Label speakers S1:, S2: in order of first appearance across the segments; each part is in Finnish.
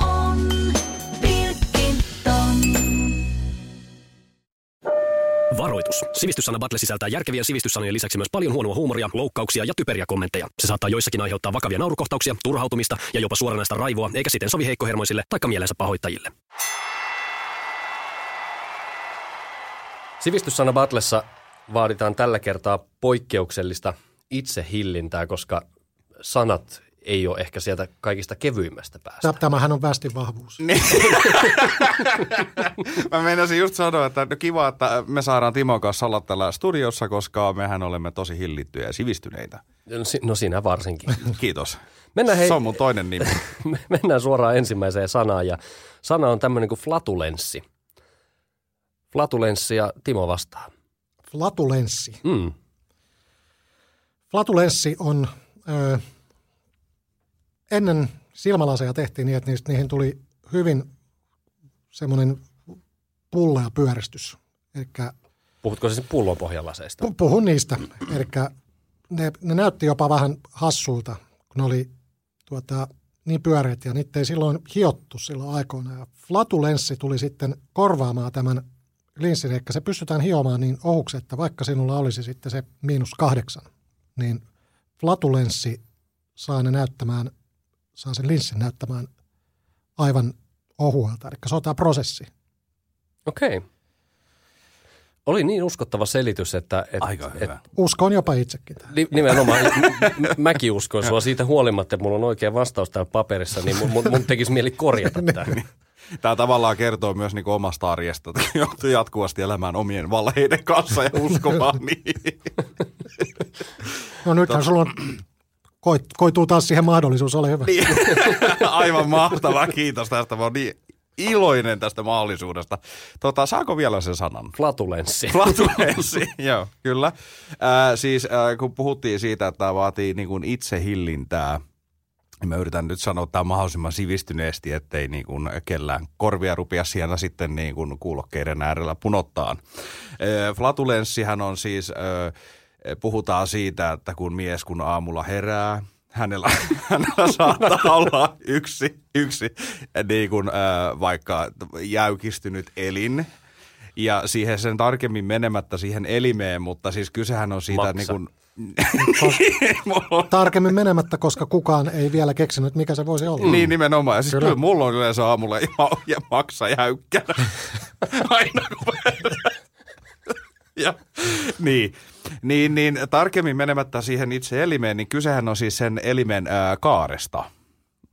S1: on Pilkington.
S2: Varoitus. Sivistyssana Battle sisältää järkevien sivistyssanojen lisäksi myös paljon huonoa huumoria, loukkauksia ja typeriä kommentteja. Se saattaa joissakin aiheuttaa vakavia naurukohtauksia, turhautumista ja jopa suoranaista raivoa, eikä siten sovi heikkohermoisille tai mielensä pahoittajille.
S3: Sivistyssana Batlessa vaaditaan tällä kertaa poikkeuksellista itsehillintää, koska sanat ei ole ehkä sieltä kaikista kevyimmästä päästä.
S4: Tä- Tämähän on västin vahvuus.
S5: Mä meinasin just sanoa, että no kiva, että me saadaan Timon kanssa olla täällä studiossa, koska mehän olemme tosi hillittyjä ja sivistyneitä.
S3: No, si- no sinä varsinkin.
S5: Kiitos.
S3: Mennään hei-
S5: Se on mun toinen nimi.
S3: Mennään suoraan ensimmäiseen sanaan ja sana on tämmöinen kuin flatulenssi. Flatulenssi ja Timo vastaa.
S4: Flatulenssi.
S3: Mm.
S4: Flatulenssi on, ö, ennen silmälaseja tehtiin niin, että niistä, niihin tuli hyvin semmoinen pullea pyöristys. Eli
S3: Puhutko siis pullon pohjalaseista?
S4: Pu- Puhun niistä. Eli ne, ne näytti jopa vähän hassulta, kun ne oli tuota, niin pyöreät ja niitä ei silloin hiottu silloin aikoina. Ja flatulenssi tuli sitten korvaamaan tämän linssin, eli se pystytään hiomaan niin ohuksi, että vaikka sinulla olisi sitten se miinus kahdeksan, niin flatulenssi saa ne näyttämään, saa sen linssin näyttämään aivan ohuelta. Eli se on tämä prosessi.
S3: Okei. Okay. Oli niin uskottava selitys, että, että,
S5: Aika hyvä.
S4: Uskoon jopa itsekin tähän.
S3: Ni- Nimenomaan. M- m- Mäkin uskon sua siitä huolimatta, että mulla on oikea vastaus täällä paperissa, niin mun, mun, mun tekisi mieli korjata tämä.
S5: Niin, Tämä tavallaan kertoo myös niinku omasta arjesta, että joutuu jatkuvasti elämään omien valheiden kanssa ja uskomaan niihin.
S4: No nythän sulla on, koit, koituu taas siihen mahdollisuus, ole hyvä.
S5: Niin. Aivan mahtavaa, kiitos tästä. Mä oon niin iloinen tästä mahdollisuudesta. Tota, saako vielä sen sanan?
S3: Flatulenssi.
S5: Flatulenssi, joo, kyllä. Ää, siis ää, kun puhuttiin siitä, että tämä vaatii niin kuin itsehillintää, niin mä yritän nyt sanoa tämä mahdollisimman sivistyneesti, ettei niin kuin kellään korvia rupia siellä sitten niin kuin kuulokkeiden äärellä punottaan. Ää, Flatulenssihän on siis, ää, puhutaan siitä, että kun mies kun aamulla herää, hänellä, hänellä saattaa olla yksi, yksi niin kuin, ää, vaikka jäykistynyt elin, ja siihen sen tarkemmin menemättä siihen elimeen, mutta siis kysehän on siitä
S3: Maksa.
S5: niin kuin,
S4: Tarkemmin menemättä, koska kukaan ei vielä keksinyt, mikä se voisi
S3: Mm.
S4: olla.
S5: niin nimenomaan. Ja siis
S4: Kyllä.
S5: kyllä. kyllä mulla on yleensä aamulla ihan ja maksa jäykkänä. Aina kun ja, niin. Niin, niin, tarkemmin menemättä siihen itse elimeen, niin kysehän on siis sen elimen ää, kaaresta,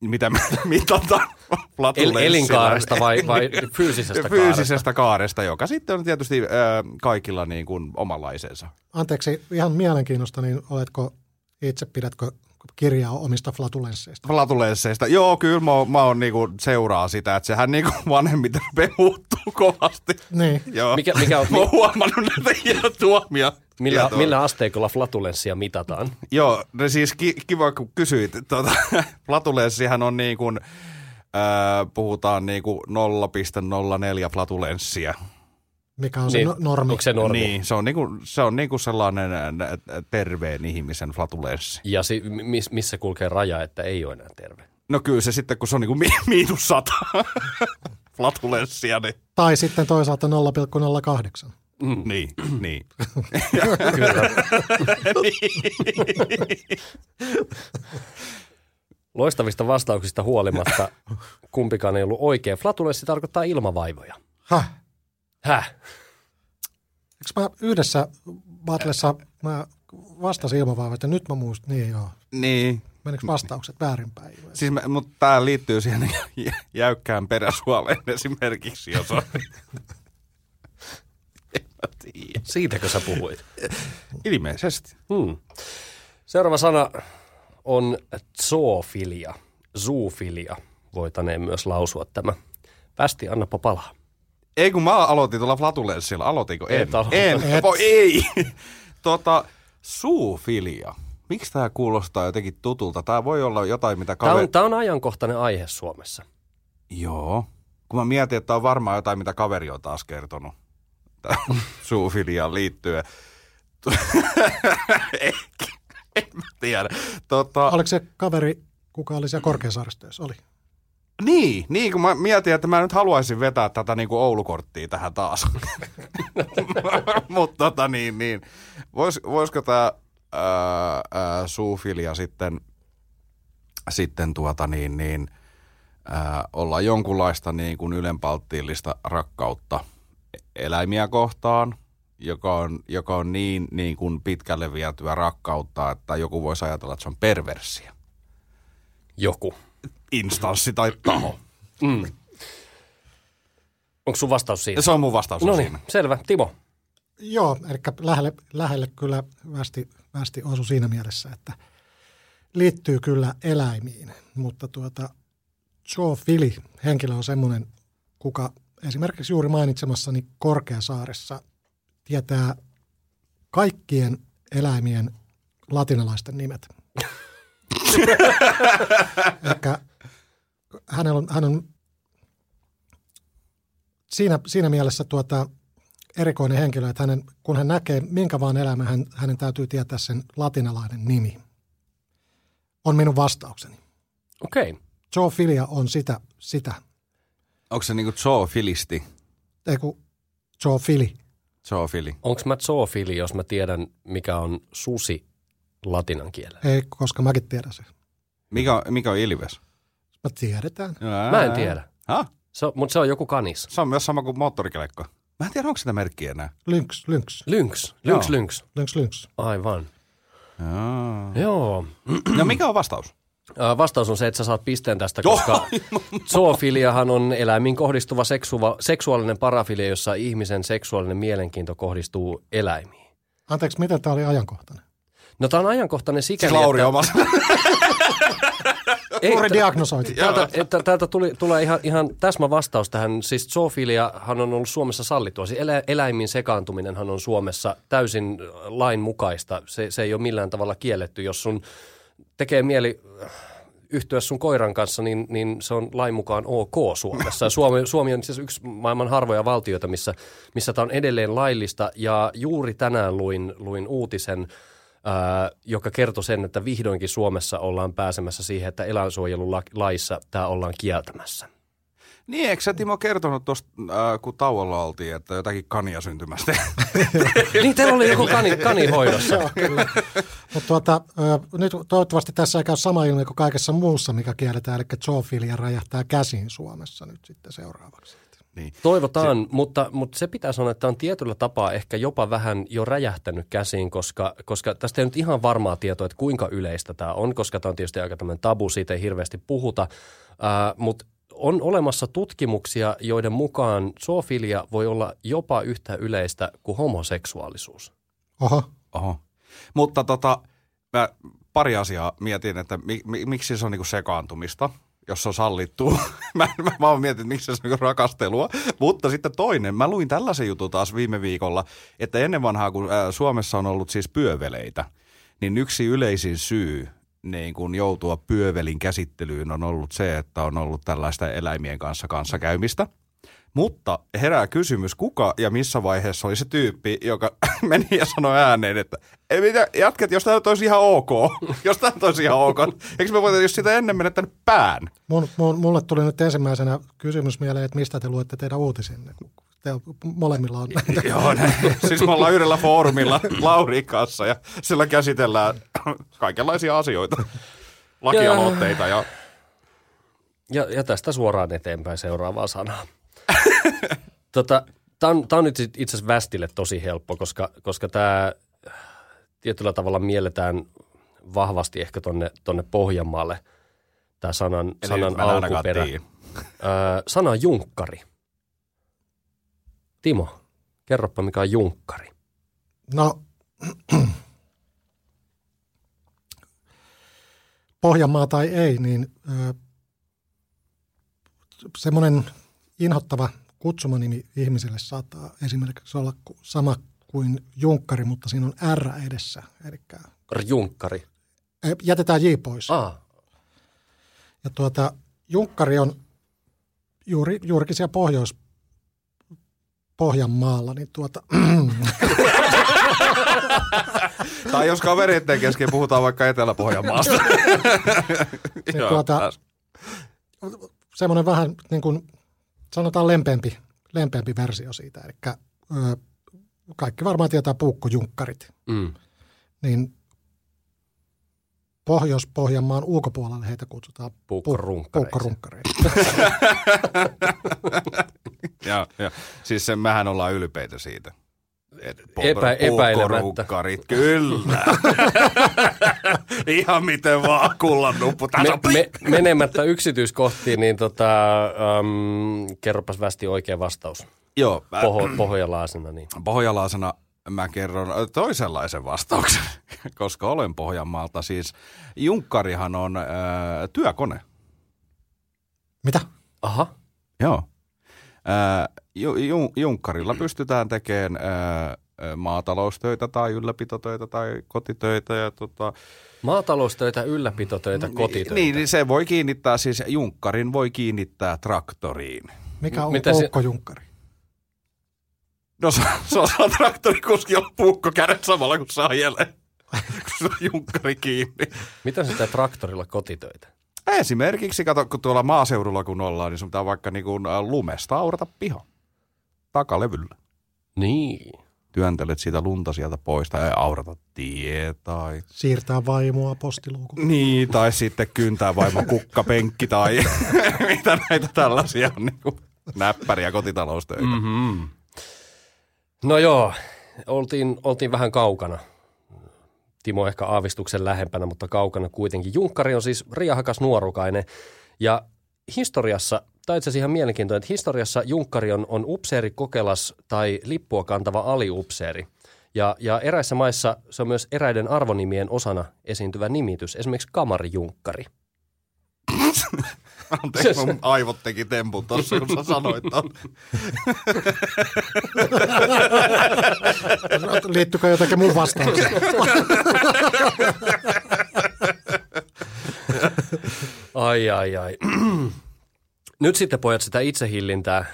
S5: mitä me mitataan
S3: El,
S5: flatulenssilla.
S3: elinkaaresta vai, vai fyysisestä kaaresta?
S5: fyysisestä kaaresta, joka sitten on tietysti ää, kaikilla niin kuin omanlaisensa.
S4: Anteeksi, ihan mielenkiinnosta, niin oletko itse, pidätkö kirjaa omista flatulensseista?
S5: Flatulensseista. Joo, kyllä mä, oon- mä oon niinku seuraa sitä, että sehän niinku vanhemmiten pehuuttuu kovasti.
S4: Niin.
S5: Joo.
S3: Mikä- mikä on-
S5: mä oon huomannut näitä hieno tuomia.
S3: Millä,
S5: Hienoa.
S3: millä asteikolla flatulenssia mitataan?
S5: Joo, no siis ki, kiva kun kysyit. Tuota, flatulenssihän on niin kuin, äh, puhutaan niin kuin 0,04 flatulenssia.
S4: Mikä on se
S3: Niin,
S4: no- normi?
S3: Onko se normi?
S5: Niin, se on, niin kuin, se on niin kuin sellainen äh, terveen ihmisen flatulenssi.
S3: Ja si, mis, missä kulkee raja, että ei ole enää terve?
S5: No kyllä se sitten, kun se on niin kuin mi- miinus sata flatulenssia, niin
S4: Tai sitten toisaalta 0,08.
S3: Mm.
S5: Niin, niin.
S3: Loistavista vastauksista huolimatta kumpikaan ei ollut oikein. Flatulenssi tarkoittaa ilmavaivoja.
S4: Häh?
S3: Häh?
S4: Eikö mä yhdessä battlessa mä vastasin ilmavaivat että nyt mä muistan, niin joo.
S5: Niin.
S4: Menikö vastaukset väärinpäin?
S5: Siis mä, mutta tämä liittyy siihen jä- jäykkään peräsuoleen esimerkiksi, jos on.
S3: Siitäkö sä puhuit?
S5: Ilmeisesti.
S3: Hmm. Seuraava sana on zoofilia, zoofilia. Voitaneen myös lausua tämä. Västi, annapa palaa.
S5: Ei kun mä aloitin tuolla flatulenssilla. Aloitinko? En.
S3: Et aloita.
S5: en.
S4: Et.
S5: Voi ei. Tota, suufilia. Miksi tämä kuulostaa jotenkin tutulta? Tämä voi olla jotain, mitä
S3: Tämä
S5: kaveri...
S3: on, tämä on ajankohtainen aihe Suomessa.
S5: Joo. Kun mä mietin, että on varmaan jotain, mitä kaveri on taas kertonut tähän zoofiliaan liittyen. Ehkä. en mä tiedä. Tota,
S4: Oliko se kaveri, kuka oli siellä Korkeasaaressa töissä? Oli.
S5: niin, niin, kun mä mietin, että mä nyt haluaisin vetää tätä niin kuin Oulukorttia tähän taas. Mutta tota niin, niin. Vois, voisiko tämä suufilia sitten, sitten tuota niin, niin ää, olla jonkunlaista niin kuin ylenpalttiillista rakkautta eläimiä kohtaan, joka on, joka on niin, niin kuin pitkälle vietyä rakkautta, että joku voisi ajatella, että se on perversia.
S3: Joku.
S5: Instanssi tai taho.
S3: Onko sun vastaus siinä?
S5: Ja se on mun vastaus
S3: No
S5: siinä.
S3: niin, selvä. Timo.
S4: Joo, eli lähelle, lähelle kyllä västi, västi osu siinä mielessä, että liittyy kyllä eläimiin, mutta tuota, Joe Fili henkilö on semmoinen, kuka esimerkiksi juuri mainitsemassani Korkeasaaressa tietää kaikkien eläimien latinalaisten nimet. Ehkä hänellä on, hän on siinä, siinä mielessä tuota, erikoinen henkilö, että hänen, kun hän näkee minkä vaan elämän, hän, hänen täytyy tietää sen latinalainen nimi. On minun vastaukseni.
S3: Okei. Okay.
S4: Zoofilia on sitä, sitä,
S5: Onko se niinku zoofilisti?
S4: ei kun zoofili.
S5: Zoofili.
S3: Onko mä zoofili, jos mä tiedän, mikä on susi latinan kielellä?
S4: Ei, koska mäkin tiedän sen.
S5: Mikä, on- mikä on ilves?
S4: Mä tiedetään.
S3: Mä en tiedä.
S5: Ha?
S3: Se, mutta se on joku kanis.
S5: Se on myös sama kuin moottorikelekko. Mä en tiedä, onko sitä merkkiä enää.
S4: Lynx, lynx,
S3: Lynx. Lynx,
S5: Joo.
S3: lynx.
S4: lynx, lynx.
S3: Aivan.
S5: Joo.
S3: Joo.
S5: No mikä on vastaus?
S3: Ö, Vastaus on se, että sä saat pisteen tästä, koska zoofiliahan on eläimiin kohdistuva seksua, seksuaalinen parafilia, jossa ihmisen seksuaalinen mielenkiinto kohdistuu eläimiin.
S4: Anteeksi, miten tämä oli ajankohtainen?
S3: No tämä on ajankohtainen sikäli,
S5: Siis Lauri on vasta.
S3: että, ei,
S4: Juuri
S3: että,
S4: diagnosoitiin.
S3: täältä, että, täältä tuli, tulee ihan, ihan täsmä vastaus tähän. Siis zoofiliahan on ollut Suomessa sallittua. Siis elä, eläimiin sekaantuminenhan on Suomessa täysin lain mukaista. Se, se ei ole millään tavalla kielletty. Jos sun tekee mieli yhtyä sun koiran kanssa, niin, niin se on lain mukaan ok Suomessa. Ja Suomi, Suomi on siis yksi maailman harvoja valtioita, missä, missä tämä on edelleen laillista. Ja juuri tänään luin, luin uutisen, ää, joka kertoi sen, että vihdoinkin Suomessa ollaan pääsemässä siihen, että eläinsuojelulaissa tämä ollaan kieltämässä.
S5: Niin, eikö sä Timo kertonut tuosta, äh, kun tauolla oltiin, että jotakin kania syntymästä?
S3: niin, teillä oli joku kani, kanihoidossa.
S4: Joo, kyllä. Mutta tuota, ö, nyt toivottavasti tässä ei käy sama ilmiö kuin kaikessa muussa, mikä kielletään, eli zoofilia räjähtää käsiin Suomessa nyt sitten seuraavaksi.
S5: niin.
S3: Toivotaan, se, mutta, mutta se pitää sanoa, että on tietyllä tapaa ehkä jopa vähän jo räjähtänyt käsiin, koska, koska tästä ei nyt ihan varmaa tietoa, että kuinka yleistä tämä on, koska tämä on tietysti aika tämmöinen tabu, siitä ei hirveästi puhuta, äh, mutta on olemassa tutkimuksia, joiden mukaan zoofilia voi olla jopa yhtä yleistä kuin homoseksuaalisuus.
S4: Oho,
S5: Oho. Mutta tota, mä pari asiaa mietin, että mi, mi, miksi se on niinku sekaantumista, jos se on sallittu. mä, mä vaan mietin, että miksi se on niinku rakastelua. Mutta sitten toinen, mä luin tällaisen jutun taas viime viikolla, että ennen vanhaa, kun ää, Suomessa on ollut siis pyöveleitä, niin yksi yleisin syy niin kun joutua pyövelin käsittelyyn on ollut se, että on ollut tällaista eläimien kanssa kanssakäymistä. Mutta herää kysymys, kuka ja missä vaiheessa oli se tyyppi, joka meni ja sanoi ääneen, että ei mitä, jatket, jos tämä nyt olisi ihan ok, jos tämä nyt olisi ihan ok, eikö me voitaisiin sitä ennen mennä tänne pään?
S4: Mun, mun, mulle tuli nyt ensimmäisenä kysymys mieleen, että mistä te luette teidän uutisenne, kun te molemmilla on näitä.
S5: Joo, näin. siis me ollaan yhdellä foorumilla Laurin kanssa ja sillä käsitellään kaikenlaisia asioita, lakialoitteita ja
S3: Ja, ja tästä suoraan eteenpäin seuraavaa sanaa. tota, tämä on, tää on nyt sit itse asiassa Västille tosi helppo, koska, koska tämä tietyllä tavalla mielletään vahvasti ehkä tonne, tonne Pohjanmaalle tämä sanan,
S5: Eli nyt
S3: sanan
S5: mä en ainakaan
S3: alkuperä.
S5: tiedä.
S3: Öö, sana on junkkari. Timo, kerropa mikä on junkkari.
S4: No, Pohjanmaa tai ei, niin ö, semmoinen inhottava kutsumanimi ihmiselle saattaa esimerkiksi olla ku- sama kuin junkkari, mutta siinä on R edessä. Eli
S3: R- Junkkari.
S4: Ei, Jätetään J pois.
S3: Ah,
S4: Ja tuota, Junkkari on juuri, juurikin siellä Pohjois, Pohjanmaalla, niin tuota,
S5: Tai jos kavereiden kesken puhutaan vaikka Etelä-Pohjanmaasta.
S4: niin
S5: Joo,
S4: tuota
S5: taas.
S4: semmoinen vähän niin kuin, sanotaan lempeämpi, lempeämpi versio siitä. Eli ö, kaikki varmaan tietää puukkojunkkarit.
S3: mm.
S4: Niin Pohjois-Pohjanmaan ulkopuolelle heitä kutsutaan
S3: Puukkorunkkareiksi.
S4: puukkorunkkareiksi.
S5: Joo, joo. Siis sen, mehän ollaan ylpeitä siitä. Et po-
S3: Epä- epäilemättä.
S5: puukkorukkarit, kyllä. Ihan miten vaan kullan nuppu. Tässä on
S3: Me, me, menemättä yksityiskohtiin, niin tota, äm, kerropas västi oikea vastaus.
S5: Joo, mä-
S3: Poho, pohjalaasena, niin.
S5: pohjalaisena mä kerron toisenlaisen vastauksen, koska olen Pohjanmaalta. Siis junkkarihan on äh, työkone.
S4: Mitä?
S3: Aha.
S5: Joo. Äh, ju, ju, junkkarilla pystytään tekemään äh, maataloustöitä tai ylläpitotöitä tai kotitöitä. Ja tota,
S3: Maataloustöitä, ylläpitotöitä, kotitöitä.
S5: Niin, niin se voi kiinnittää, siis junkkarin voi kiinnittää traktoriin.
S4: Mikä on
S3: Mitä se-
S4: puukkojunkkari?
S5: No se, se on saa traktorikuski on puukko kädet samalla, kun saa ajelee. kun se on junkkari kiinni.
S3: Mitä sitä traktorilla kotitöitä?
S5: Esimerkiksi, kato, kun tuolla maaseudulla kun ollaan, niin sun pitää vaikka niin kuin lumesta aurata piha takalevyllä.
S3: Niin.
S5: Työntelet sitä lunta sieltä pois tai aurata tie tai...
S4: Siirtää vaimoa postiluukulle.
S5: Niin, tai sitten kyntää vaimo kukkapenkki tai mitä näitä tällaisia on niin kuin näppäriä kotitaloustöitä. Mm.
S3: Mm-hmm. No joo, oltiin, oltiin vähän kaukana. Timo ehkä aavistuksen lähempänä, mutta kaukana kuitenkin. Junkkari on siis riahakas nuorukainen ja historiassa, tai itse asiassa ihan mielenkiintoinen, että historiassa Junkkari on, on upseeri, kokelas tai lippua kantava aliupseeri. Ja, ja eräissä maissa se on myös eräiden arvonimien osana esiintyvä nimitys, esimerkiksi kamarijunkkari.
S5: Anteeksi, mun aivot teki tempun tuossa, kun sä sanoit ton.
S4: Liittyykö jotakin mun vastaukseen?
S3: Ai, ai, ai. Nyt sitten pojat sitä itsehillintää,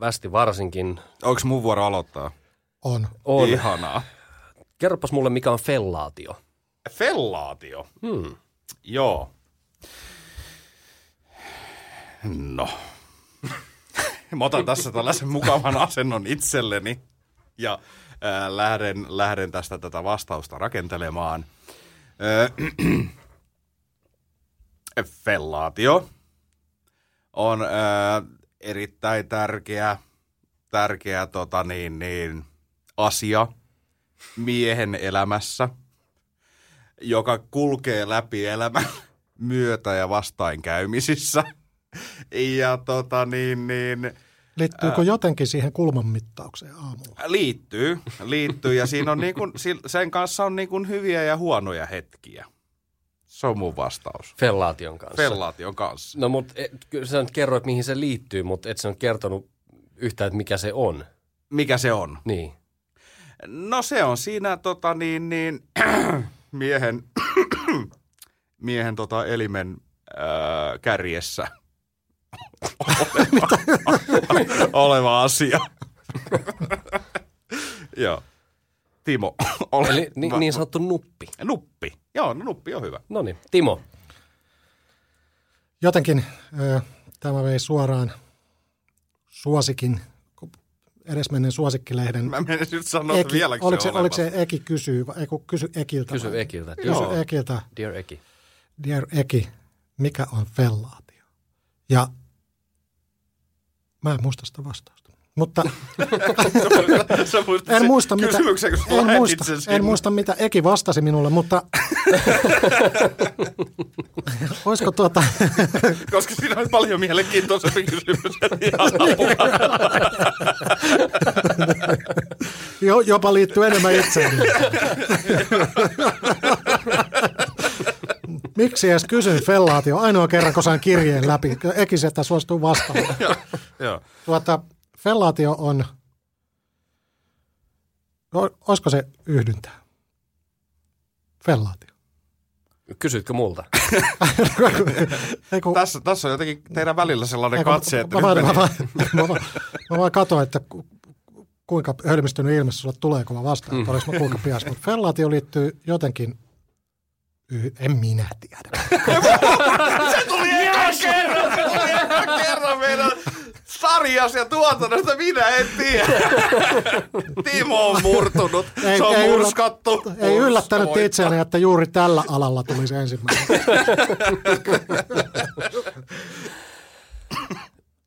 S3: västi varsinkin,
S5: Onko mun vuoro aloittaa?
S4: On.
S3: on.
S5: Niin. Ihanaa.
S3: Kerropas mulle, mikä on fellaatio.
S5: Fellaatio. Hmm. Joo. No. Mä otan tässä tällaisen mukavan asennon itselleni ja äh, lähden, lähden tästä tätä vastausta rakentelemaan. Äh, fellaatio on äh, erittäin tärkeä, tärkeä tota niin, niin, asia miehen elämässä – joka kulkee läpi elämän myötä ja vastainkäymisissä. Ja tota niin, niin
S4: Liittyykö jotenkin siihen kulman mittaukseen aamulla?
S5: liittyy, liittyy ja siinä on niin kuin, sen kanssa on niin kuin hyviä ja huonoja hetkiä. Se on mun vastaus.
S3: Fellaation kanssa.
S5: Fellaation kanssa.
S3: No mutta kyllä sä nyt kerroit, mihin se liittyy, mutta et sä nyt kertonut yhtään, että mikä se on.
S5: Mikä se on?
S3: Niin.
S5: No se on siinä tota niin, niin miehen, miehen tota elimen öö, kärjessä oleva, oleva asia. Joo. Timo, ole
S3: Eli ni,
S5: hyvä.
S3: niin sanottu nuppi.
S5: Nuppi. Joo, no nuppi on hyvä.
S3: No niin, Timo.
S4: Jotenkin ö, tämä vei suoraan suosikin, edesmenneen suosikkilehden.
S5: Mä menen nyt sanoa, että vieläkö
S4: oliko,
S5: se,
S4: se,
S5: on
S4: oliko
S5: olemassa.
S4: se Eki kysyy, vai- ei kun kysy Ekiltä.
S3: Kysy
S4: vai?
S3: Ekiltä. Dear,
S4: Kysy Ekiltä,
S3: dear Eki.
S4: dear Eki, mikä on fellaatio? Ja mä en muista sitä vastausta. Mutta
S5: Sä muistat
S4: en
S5: sen
S4: muista, mitä,
S5: kysymyksen, kun sä
S4: en,
S5: lähetit
S4: muista,
S5: sen sinne.
S4: en muista, mitä Eki vastasi minulle, mutta olisiko tuota,
S5: Koska siinä on paljon mielenkiintoisempi kysymys. Ihan apua.
S4: jo, jopa liittyy enemmän itseeni. Miksi edes kysyn fellaatio? Ainoa kerran, kun sain kirjeen läpi. Eki sieltä suostuu vastaamaan.
S5: Joo.
S4: Tuota, fellaatio on, no, olisiko se yhdyntää? Fellaatio.
S3: Kysytkö multa?
S4: Ei kun,
S5: Tässä, tässä on jotenkin teidän välillä sellainen
S4: ei kun-
S5: katse, että
S4: mä,
S5: nyt
S4: vaan- mä,
S5: meni.
S4: vaan- mä, vaan- mä vaan katsoin, että ku- kuinka hölmistynyt ilme sulla tulee, kun mä vastaan,
S5: Mm.
S4: että olis mä kuinka pias. Mutta fellaatio liittyy jotenkin, y- en minä tiedä.
S5: kerran meidän sarjas ja tuotannosta, minä en tiedä. Timo on murtunut,
S4: Ei-
S5: se on
S4: ei
S5: murskattu.
S4: Ei yllättänyt
S5: Murskoita.
S4: itseäni, että juuri tällä alalla tuli se ensimmäinen.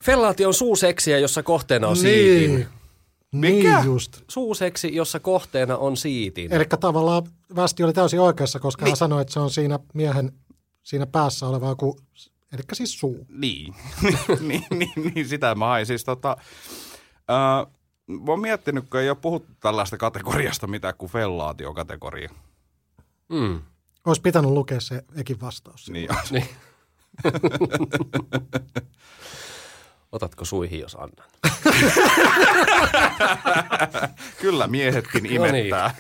S3: Fellaatio on suuseksiä, jossa kohteena on siitin.
S5: No Mikä?
S4: Niin just.
S3: Suuseksi, jossa kohteena on siitin.
S4: Eli tavallaan Västi oli täysin oikeassa, koska
S5: Niin.
S4: hän sanoi, että se on siinä miehen siinä päässä oleva joku, eli siis suu.
S5: Niin. niin, niin, niin, sitä mä hain. Siis tota, äh, mä oon miettinyt, kun ei ole puhuttu tällaista kategoriasta mitään kuin fellaatiokategoria.
S3: Mm.
S4: Olisi pitänyt lukea se ekin vastaus.
S5: Niin,
S3: Niin. Otatko suihin, jos annan?
S5: kyllä miehetkin
S3: No niin.
S5: imettää.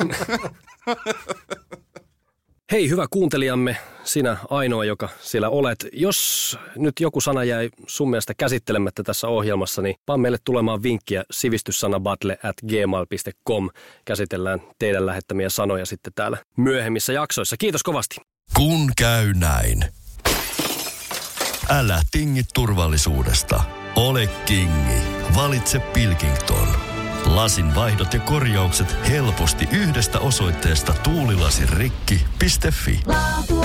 S2: Hei hyvä kuuntelijamme, sinä ainoa, joka siellä olet. Jos nyt joku sana jäi sun mielestä käsittelemättä tässä ohjelmassa, niin vaan meille tulemaan vinkkiä sivistyssanabattle at gmail.com. Käsitellään teidän lähettämiä sanoja sitten täällä myöhemmissä jaksoissa. Kiitos kovasti.
S6: Kun käy näin. Älä tingi turvallisuudesta. Ole kingi. Valitse Pilkington. Lasin vaihdot ja korjaukset helposti yhdestä osoitteesta tuulilasirikki.fi.
S1: Laatua